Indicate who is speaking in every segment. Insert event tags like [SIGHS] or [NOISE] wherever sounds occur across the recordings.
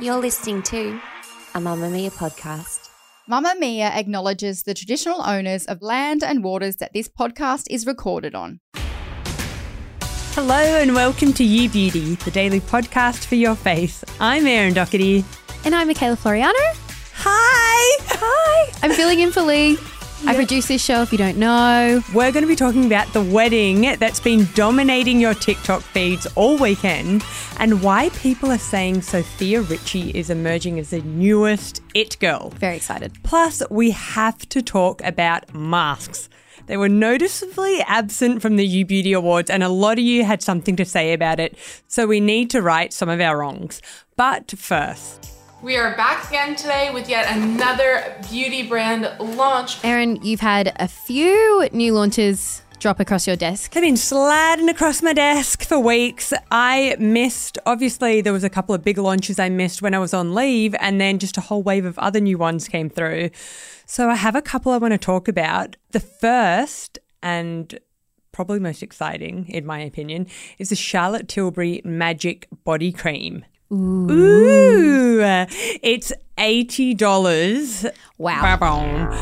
Speaker 1: You're listening to a Mamma Mia podcast.
Speaker 2: Mamma Mia acknowledges the traditional owners of land and waters that this podcast is recorded on.
Speaker 3: Hello and welcome to You Beauty, the daily podcast for your face. I'm Erin Doherty.
Speaker 4: And I'm Michaela Floriano.
Speaker 3: Hi! Hi!
Speaker 4: I'm filling in
Speaker 3: [LAUGHS]
Speaker 4: for Lee. I produce this show if you don't know.
Speaker 3: We're going to be talking about the wedding that's been dominating your TikTok feeds all weekend and why people are saying Sophia Ritchie is emerging as the newest it girl.
Speaker 4: Very excited.
Speaker 3: Plus, we have to talk about masks. They were noticeably absent from the U Beauty Awards, and a lot of you had something to say about it. So we need to right some of our wrongs. But first,
Speaker 5: We are back again today with yet another beauty brand launch.
Speaker 4: Erin, you've had a few new launches drop across your desk.
Speaker 3: They've been sliding across my desk for weeks. I missed, obviously, there was a couple of big launches I missed when I was on leave, and then just a whole wave of other new ones came through. So I have a couple I want to talk about. The first, and probably most exciting, in my opinion, is the Charlotte Tilbury Magic Body Cream. Ooh. It's $80.
Speaker 4: Wow.
Speaker 3: Ba-boom.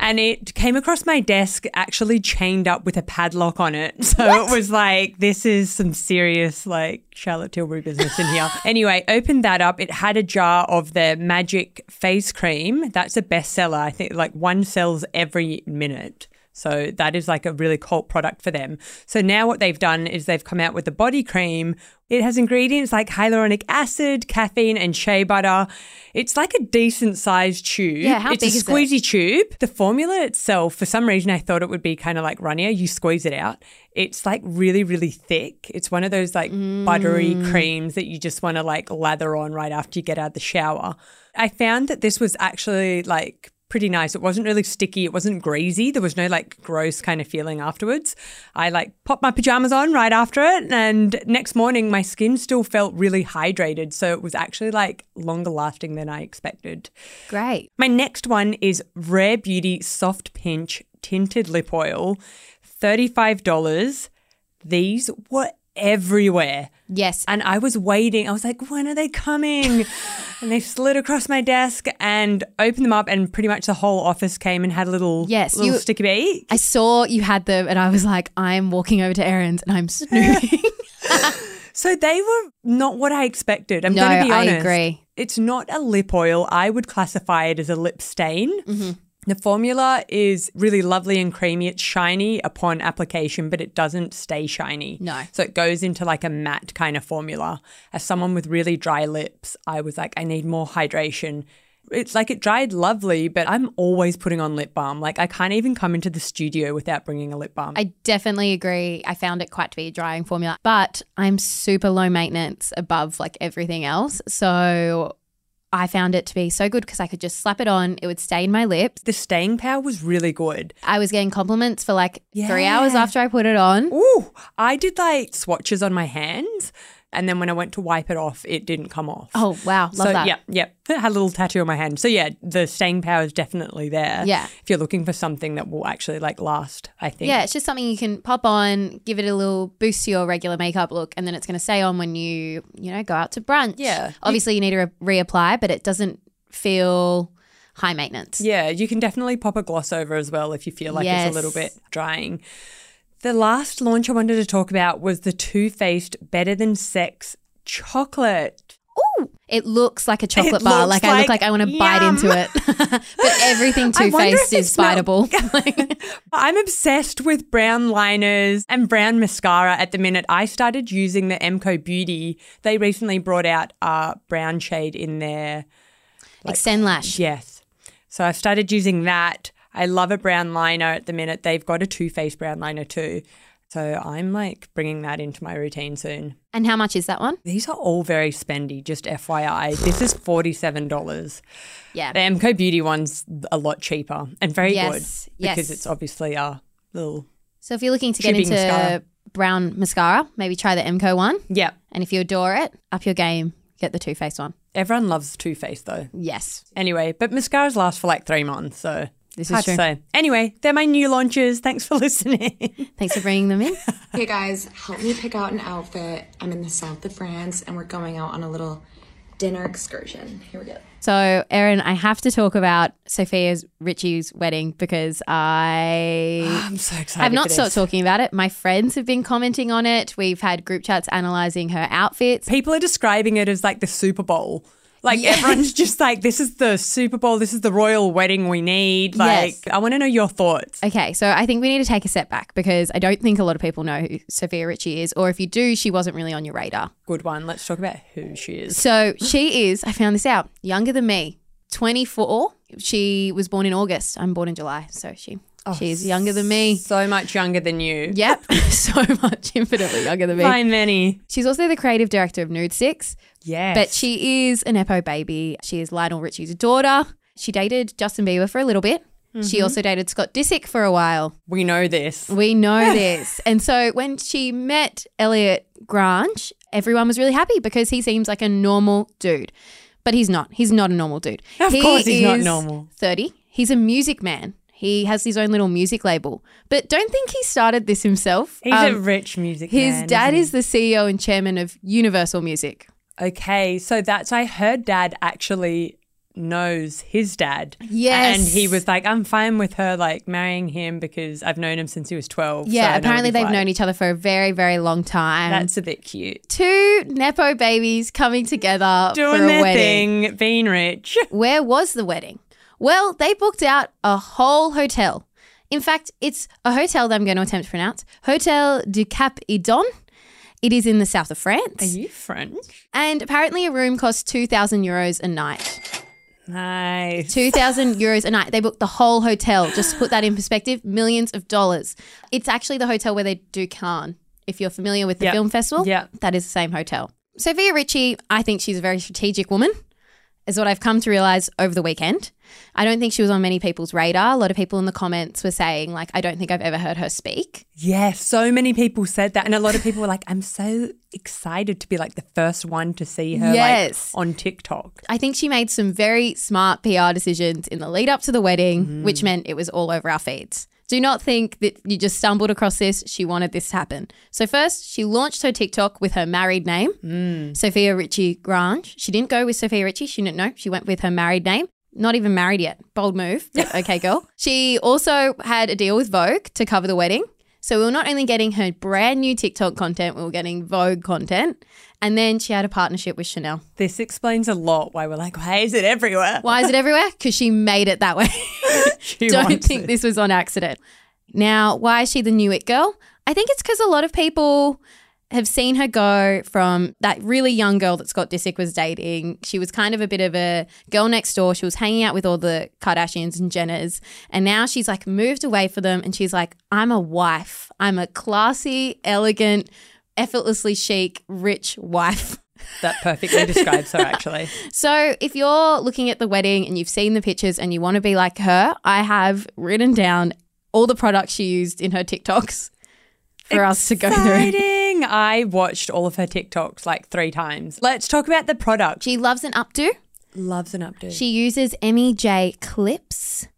Speaker 3: And it came across my desk actually chained up with a padlock on it. [LAUGHS] So it was like, this is some serious, like, Charlotte Tilbury business in
Speaker 4: [LAUGHS]
Speaker 3: here. anyway, opened that up. It had a jar of their magic face cream. That's a bestseller. I think, like, one sells every minute. So that is like a really cult product for them. So now what they've done is they've come out with a body cream. It has ingredients like hyaluronic acid, caffeine, and shea butter. It's like a decent sized tube.
Speaker 4: Yeah, how
Speaker 3: it's
Speaker 4: big
Speaker 3: a
Speaker 4: is it?
Speaker 3: squeezy tube. The formula itself, for some reason, I thought it would be kind of like runnier. You squeeze it out. It's like really, really thick. It's one of those like buttery creams that you just want to like lather on right after you get out of the shower. I found that this was actually like pretty nice. It wasn't really sticky. It wasn't greasy. There was no like gross kind of feeling afterwards. I like popped my pajamas on right after it. And next morning, my skin still felt really hydrated. So it was actually like longer lasting than I expected.
Speaker 4: Great.
Speaker 3: My next one is Rare Beauty Soft Pinch Tinted Lip Oil, $35. These were everywhere.
Speaker 4: Yes.
Speaker 3: And I was waiting. I was like, when are they
Speaker 4: [LAUGHS]
Speaker 3: coming? and they slid across my desk and opened them up, and pretty much the whole office came and had a little,
Speaker 4: Yes,
Speaker 3: little
Speaker 4: you-
Speaker 3: sticky bee.
Speaker 4: I saw you had them and I was like, I'm walking over to Erin's and
Speaker 3: [LAUGHS]
Speaker 4: I'm snooping.
Speaker 3: So they were not what I expected. I'm
Speaker 4: No,
Speaker 3: going to be
Speaker 4: I
Speaker 3: honest.
Speaker 4: agree.
Speaker 3: It's not a lip oil. I would classify it as a lip stain.
Speaker 4: Mm-hmm.
Speaker 3: The formula is really lovely and creamy. It's shiny upon application, but it doesn't stay shiny.
Speaker 4: No.
Speaker 3: So it goes into like a matte kind of formula. As someone with really dry lips, I was like, I need more hydration. It's like it dried lovely, but I'm always putting on lip balm. Like I can't even come into the studio without bringing a lip balm.
Speaker 4: I definitely agree. I found it quite to be a drying formula, but I'm super low maintenance above like everything else. So I found it to be so good because I could just slap it on, it would stay in my lips.
Speaker 3: the staying power was really good.
Speaker 4: I was getting compliments for like three hours
Speaker 3: Yeah.
Speaker 4: after I put it on.
Speaker 3: Ooh, I did like swatches on my hands. And then when I went to wipe it off, it didn't come off.
Speaker 4: Oh, wow. Love
Speaker 3: so,
Speaker 4: that.
Speaker 3: Yeah, yeah. I had a little tattoo on my hand. So, yeah, the staying power is definitely there.
Speaker 4: Yeah.
Speaker 3: If you're looking for something that will actually like last, I think.
Speaker 4: Yeah, it's just something you can pop on, give it a little boost to your regular makeup look, and then it's going to stay on when you, you know, go out to brunch.
Speaker 3: Yeah.
Speaker 4: Obviously, you need to re- reapply, but it doesn't feel high maintenance.
Speaker 3: Yeah, you can definitely pop a gloss over as well if you feel like it's
Speaker 4: Yes.
Speaker 3: a little bit drying. The last launch I wanted to talk about was the Too Faced Better Than Sex chocolate.
Speaker 4: It looks like a chocolate
Speaker 3: It
Speaker 4: bar.
Speaker 3: looks
Speaker 4: Like, I
Speaker 3: like
Speaker 4: look like I want to bite
Speaker 3: yum.
Speaker 4: into it. [LAUGHS] but everything
Speaker 3: [LAUGHS] I
Speaker 4: Too
Speaker 3: wonder if
Speaker 4: Faced
Speaker 3: it
Speaker 4: is
Speaker 3: smell-
Speaker 4: biteable.
Speaker 3: [LAUGHS] I'm obsessed with brown liners and brown mascara at the minute. I started using the Emco Beauty. They recently brought out a brown shade in their
Speaker 4: Extend lash.
Speaker 3: yes. So I've started using that. I love a brown liner at the minute. They've got a Too Faced brown liner too. So I'm like bringing that into my routine soon.
Speaker 4: And how much is that one?
Speaker 3: These are all very spendy, just FYI. This is $47.
Speaker 4: Yeah.
Speaker 3: The Emco Beauty one's a lot cheaper and very
Speaker 4: Yes,
Speaker 3: good because
Speaker 4: yes.
Speaker 3: it's obviously a little.
Speaker 4: So if you're looking to get
Speaker 3: Tubing
Speaker 4: into
Speaker 3: mascara.
Speaker 4: brown mascara, maybe try the Emco one.
Speaker 3: Yeah.
Speaker 4: And if you adore it, up your game, get the Too Faced one.
Speaker 3: Everyone loves Too Faced though.
Speaker 4: Yes.
Speaker 3: Anyway, but mascaras last for like three months, so
Speaker 4: This is
Speaker 3: hard
Speaker 4: true.
Speaker 3: to say. Anyway, they're my new launches. Thanks for [LAUGHS] listening.
Speaker 4: Thanks for bringing them in.
Speaker 6: Hey guys, help me pick out an outfit. I'm in the south of France and we're going out on a little dinner excursion. Here we go.
Speaker 4: So, Erin, I have to talk about Sophia's Richie's wedding because
Speaker 3: [SIGHS]
Speaker 4: I
Speaker 3: I'm so excited.
Speaker 4: have not
Speaker 3: for
Speaker 4: stopped
Speaker 3: this.
Speaker 4: talking about it. My friends have been commenting on it. We've had group chats analyzing her outfits.
Speaker 3: People are describing it as like the Super Bowl. Like everyone's just [LAUGHS] like, this is the Super Bowl. This is the royal wedding we need. Like,
Speaker 4: Yes.
Speaker 3: I want to know your thoughts.
Speaker 4: Okay, so I think we need to take a step back because I don't think a lot of people know who Sophia Richie is, or if you do, she wasn't really on your radar.
Speaker 3: Good one. Let's talk about who she is.
Speaker 4: So she is, I found this out, younger than me, 24. She was born in August. I'm born in July. So she
Speaker 3: Oh,
Speaker 4: she's younger than me.
Speaker 3: So much younger than you.
Speaker 4: Yep, [LAUGHS] so much, infinitely younger than me.
Speaker 3: By many.
Speaker 4: She's also the creative director of Nude Six,
Speaker 3: Yes.
Speaker 4: but she is an Epo baby. She is Lionel Richie's daughter. She dated Justin Bieber for a little bit.
Speaker 3: Mm-hmm.
Speaker 4: She also dated Scott Disick for a while.
Speaker 3: we know this. [LAUGHS]
Speaker 4: We know this. And so when she met Elliot Grange, everyone was really happy because he seems like a normal dude. But he's not. He's not a normal dude.
Speaker 3: Of
Speaker 4: He
Speaker 3: course he's not
Speaker 4: is
Speaker 3: normal.
Speaker 4: 30. He's a music man. He has his own little music label. But don't think he started this himself.
Speaker 3: He's
Speaker 4: Um,
Speaker 3: a rich music
Speaker 4: his
Speaker 3: man,
Speaker 4: dad
Speaker 3: isn't he?
Speaker 4: is the CEO and chairman of Universal Music.
Speaker 3: Okay, so that's I heard dad actually knows his dad.
Speaker 4: Yes.
Speaker 3: And he was like, I'm fine with her like marrying him because I've known him since he was twelve. so I know
Speaker 4: Yeah,
Speaker 3: what
Speaker 4: apparently
Speaker 3: he's
Speaker 4: they've
Speaker 3: like."
Speaker 4: known each other for a very, very long time.
Speaker 3: That's a bit cute.
Speaker 4: two Nepo babies coming together
Speaker 3: Doing
Speaker 4: for a
Speaker 3: their
Speaker 4: wedding.
Speaker 3: thing, being rich.
Speaker 4: Where was the wedding? Well, they booked out a whole hotel. In fact, it's a hotel that I'm going to attempt to pronounce Hotel du Cap Idon. It is in the south of France.
Speaker 3: Are you French?
Speaker 4: and apparently, a room costs 2,000 euros a night.
Speaker 3: Nice.
Speaker 4: 2,000 euros a night. They booked the whole hotel. Just to put that in perspective, millions of dollars. It's actually the hotel where they do Cannes. If you're familiar with the
Speaker 3: Yep.
Speaker 4: film festival,
Speaker 3: Yep.
Speaker 4: that is the same hotel. Sophia Ritchie, I think she's a very strategic woman, is what I've come to realize over the weekend. I don't think she was on many people's radar. A lot of people in the comments were saying, like, I don't think I've ever heard her speak.
Speaker 3: Yeah, so many people said that. And a lot of people were like, I'm so excited to be like the first one to see her
Speaker 4: Yes.
Speaker 3: like on TikTok.
Speaker 4: I think she made some very smart PR decisions in the lead up to the wedding, which meant it was all over our feeds. Do not think that you just stumbled across this. She wanted this to happen. So, first, she launched her TikTok with her married name, Sophia Ritchie Grange. She didn't go with Sophia Ritchie. She didn't know. She went with her married name. Not even married yet. Bold move. but okay, girl. She also had a deal with Vogue to cover the wedding. So we were not only getting her brand new TikTok content, we were getting Vogue content. And then she had a partnership with Chanel.
Speaker 3: This explains a lot why we're like, why is it everywhere? [LAUGHS]
Speaker 4: Why is it everywhere? Because she made it that way. [LAUGHS]
Speaker 3: She
Speaker 4: Don't
Speaker 3: wants
Speaker 4: think
Speaker 3: it.
Speaker 4: this was on accident. Now, why is she the new it girl? I think it's because a lot of people have seen her go from that really young girl that Scott Disick was dating. She was kind of a bit of a girl next door. She was hanging out with all the Kardashians and Jenners. And now she's like moved away from them and she's like, I'm a wife. I'm a classy, elegant, effortlessly chic, rich wife.
Speaker 3: That perfectly describes her [LAUGHS] actually.
Speaker 4: So, if you're looking at the wedding and you've seen the pictures and you want to be like her, I have written down all the products she used in her TikToks [LAUGHS] for us to go through.
Speaker 3: Exciting. I watched all of her TikToks like three times. Let's talk about the product. She
Speaker 4: She loves an updo.
Speaker 3: loves an updo.
Speaker 4: She uses MEJ clips.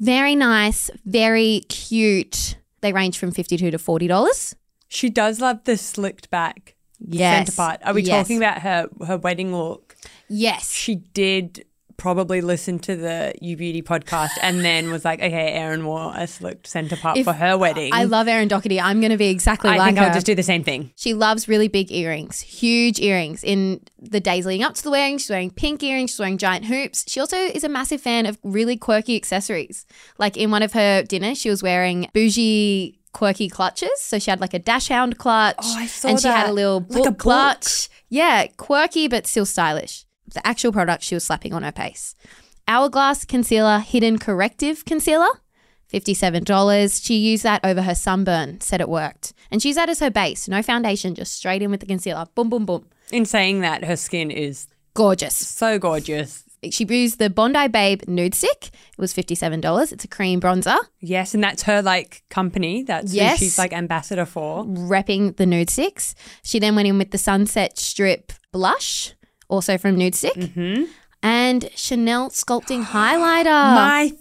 Speaker 4: Very nice, very cute. They range from $52 to $40.
Speaker 3: she does love the slicked back
Speaker 4: Yes.
Speaker 3: center part. Are we
Speaker 4: Yes.
Speaker 3: talking about her her wedding look?
Speaker 4: Yes.
Speaker 3: She did probably listen to the You Beauty podcast and then was like, okay, Erin wore a slicked center part
Speaker 4: If-
Speaker 3: for her wedding.
Speaker 4: I love Erin Doherty. I'm going to be exactly
Speaker 3: I
Speaker 4: like
Speaker 3: think
Speaker 4: her.
Speaker 3: I'll just do the same thing.
Speaker 4: She loves really big earrings, huge earrings. In the days leading up to the wedding, she's wearing pink earrings, she's wearing giant hoops. She also is a massive fan of really quirky accessories. Like in one of her dinners, she was wearing bougie quirky clutches. So she had like a dash hound clutch.
Speaker 3: Oh, I saw
Speaker 4: And she had
Speaker 3: that.
Speaker 4: a little
Speaker 3: Like
Speaker 4: book
Speaker 3: a book.
Speaker 4: clutch. Yeah, quirky but still stylish. The actual product she was slapping on her face. Hourglass Concealer Hidden Corrective Concealer. $57. She used that over her sunburn, said it worked. And she's that as her base. No foundation, just straight in with the concealer. Boom, boom, boom.
Speaker 3: In saying that, her skin is
Speaker 4: Gorgeous.
Speaker 3: so gorgeous.
Speaker 4: She used the Bondi Babe Nude Stick. It was $57. It's a cream bronzer.
Speaker 3: Yes, and that's her like company. That's
Speaker 4: Yes.
Speaker 3: who she's like ambassador for.
Speaker 4: repping the nude six. She then went in with the Sunset Strip blush, also from Nude Stick,
Speaker 3: Mm-hmm.
Speaker 4: and Chanel sculpting highlighter.
Speaker 3: [GASPS] My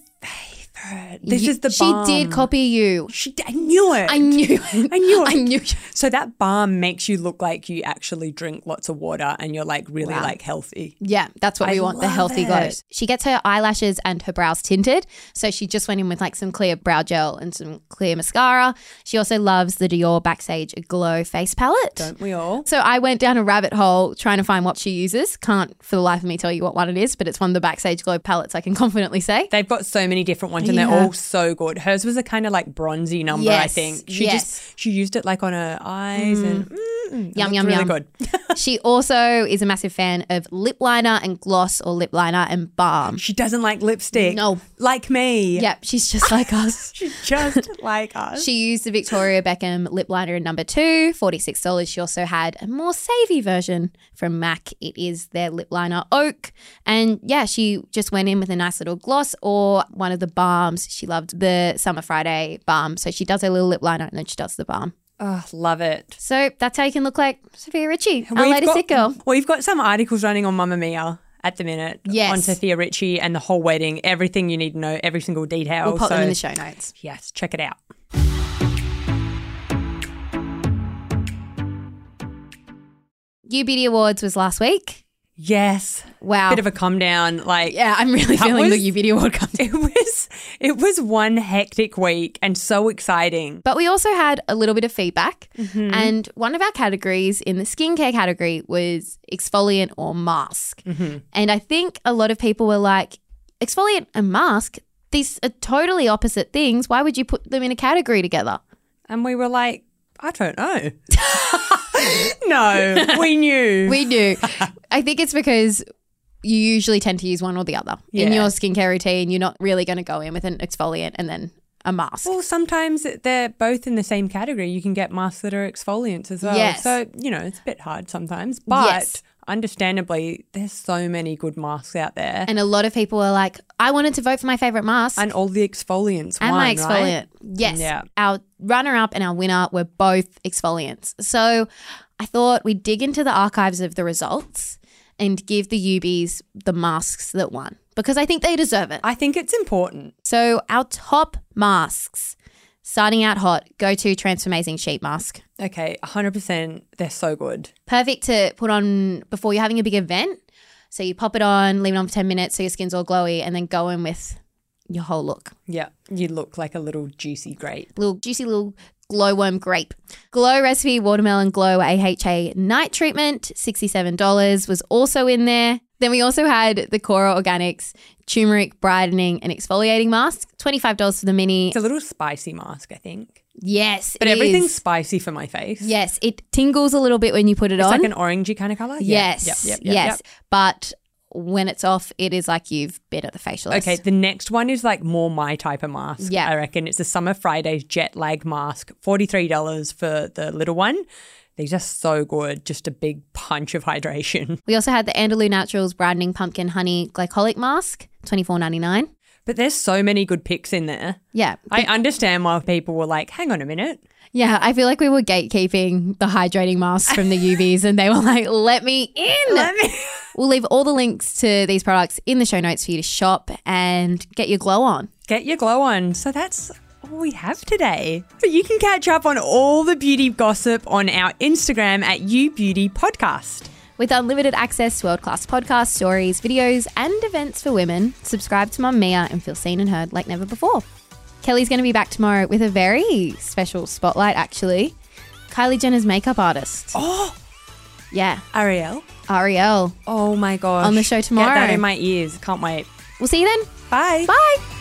Speaker 3: favorite. This
Speaker 4: You-
Speaker 3: is the
Speaker 4: she did
Speaker 3: balm.
Speaker 4: copy you.
Speaker 3: She, I knew it.
Speaker 4: I knew.
Speaker 3: [LAUGHS] I knew it.
Speaker 4: [LAUGHS] I knew.
Speaker 3: So that balm makes you look like you actually drink lots of water and you're like really like healthy.
Speaker 4: Yeah, that's what
Speaker 3: I
Speaker 4: we want. The
Speaker 3: love
Speaker 4: healthy glow.
Speaker 3: it.
Speaker 4: She gets her eyelashes and her brows tinted, so she just went in with like some clear brow gel and some clear mascara. She also loves the Dior Backstage Glow face palette.
Speaker 3: Don't we all?
Speaker 4: So I went down a rabbit hole trying to find what she uses. Can't for the life of me tell you what one it is, but it's one of the Backstage Glow palettes I can [LAUGHS] confidently say.
Speaker 3: They've got so many different ones and they're all so good. Hers was a kind of like bronzy number, I
Speaker 4: Yes,
Speaker 3: think. She
Speaker 4: yes.
Speaker 3: just she used it like on her eyes and mm, it looked
Speaker 4: Yum, yum,
Speaker 3: really [LAUGHS]
Speaker 4: yum.
Speaker 3: good.
Speaker 4: she also is a massive fan of lip liner and gloss or lip liner and balm.
Speaker 3: She doesn't like lipstick.
Speaker 4: No.
Speaker 3: Like me.
Speaker 4: Yep, she's just like us.
Speaker 3: She's [LAUGHS] just like us.
Speaker 4: She used the Victoria Beckham lip liner in number two, $46. She also had a more savvy version from MAC. It is their lip liner Oak. And yeah, she just went in with a nice little gloss or one of the balms. She loved the Summer Friday balm. So she does her little lip liner and then she does the balm.
Speaker 3: oh, love it.
Speaker 4: So that's how you can look like Sophia Ritchie, our
Speaker 3: We've
Speaker 4: latest
Speaker 3: got-
Speaker 4: sick girl.
Speaker 3: We've got some articles running on Mamma Mia at the minute.
Speaker 4: Yes.
Speaker 3: On Sophia Ritchie and the whole wedding, everything you need to know, every single detail.
Speaker 4: We'll pop
Speaker 3: so
Speaker 4: them in the show notes.
Speaker 3: yes, check it out.
Speaker 4: U Beauty Awards was last week.
Speaker 3: Yes.
Speaker 4: Wow.
Speaker 3: Bit of a come down. Like
Speaker 4: yeah, I'm really
Speaker 3: That
Speaker 4: feeling the
Speaker 3: was-
Speaker 4: U Beauty Award comes.
Speaker 3: [LAUGHS] it was it was one hectic week and so exciting.
Speaker 4: But we also had a little bit of feedback.
Speaker 3: Mm-hmm.
Speaker 4: And one of our categories in the skincare category was exfoliant or mask.
Speaker 3: Mm-hmm.
Speaker 4: And I think a lot of people were like, exfoliant and mask, these are totally opposite things. Why would you put them in a category together?
Speaker 3: And we were like, I don't know. [LAUGHS] no, we knew.
Speaker 4: We do.
Speaker 3: [LAUGHS]
Speaker 4: I think it's because you usually tend to use one or the other. In
Speaker 3: Yeah.
Speaker 4: your skincare routine, you're not really going to go in with an exfoliant and then a mask.
Speaker 3: well, sometimes they're both in the same category. You can get masks that are exfoliants as well.
Speaker 4: Yes.
Speaker 3: So, you know, it's a bit hard sometimes. But
Speaker 4: Yes.
Speaker 3: understandably, there's so many good masks out there. And,
Speaker 4: and a lot of people are like, I wanted to vote for my favorite mask.
Speaker 3: all the exfoliants
Speaker 4: and
Speaker 3: won,
Speaker 4: my
Speaker 3: right?
Speaker 4: exfoliant. Yes.
Speaker 3: Yeah.
Speaker 4: Our runner up and our winner were both exfoliants. So I thought we'd dig into the archives of the results and give the UBs the masks that won because I think they deserve it.
Speaker 3: I think it's important.
Speaker 4: So our top masks, starting out hot, go to Transformazing Sheet Mask.
Speaker 3: Okay, 100%. They're so good.
Speaker 4: Perfect to put on before you're having a big event. So you pop it on, leave it on for 10 minutes so your skin's all glowy, and then go in with your whole look.
Speaker 3: Yeah. You look like a little juicy grape.
Speaker 4: little juicy little glowworm grape. Glow Recipe Watermelon Glow AHA Night Treatment, $67 was also in there. Then we also had the Cora Organics Turmeric Brightening and Exfoliating Mask, $25 for the mini.
Speaker 3: It's a little spicy mask, I think.
Speaker 4: yes,
Speaker 3: But
Speaker 4: it
Speaker 3: everything's
Speaker 4: is.
Speaker 3: spicy for my face.
Speaker 4: Yes, it tingles a little bit when you put it
Speaker 3: It's
Speaker 4: on.
Speaker 3: like an orangey kind of color.
Speaker 4: yes, yes. But when it's off, it is like you've been at the facialist.
Speaker 3: Okay, the next one is like more my type of mask.
Speaker 4: Yeah.
Speaker 3: I reckon it's a Summer Fridays jet lag mask, $43 for the little one. These are so good. Just a big punch of hydration. [LAUGHS]
Speaker 4: We also had the Andalou Naturals Brightening Pumpkin Honey Glycolic Mask, twenty four ninety nine.
Speaker 3: But there's so many good picks in there.
Speaker 4: Yeah,
Speaker 3: I understand why people were like, hang on a minute.
Speaker 4: Yeah, I feel like we were gatekeeping the hydrating masks from the UVs and they were like, [LAUGHS] let me in. we'll leave all the links to these products in the show notes for you to shop and get your glow on.
Speaker 3: Get your glow on. So that's all we have today. But you can catch up on all the beauty gossip on our Instagram at YouBeauty Podcast.
Speaker 4: With unlimited access to world class podcasts, stories, videos, and events for women, subscribe to Mom Mia and feel seen and heard like never before. Kelly's going to be back tomorrow with a very special spotlight, actually. Kylie Jenner's makeup artist. Oh! Yeah,
Speaker 3: Ariel.
Speaker 4: Ariel.
Speaker 3: Oh my gosh.
Speaker 4: On the show
Speaker 3: Get
Speaker 4: tomorrow.
Speaker 3: that in my ears. Can't wait.
Speaker 4: We'll see you then.
Speaker 3: Bye.
Speaker 4: Bye.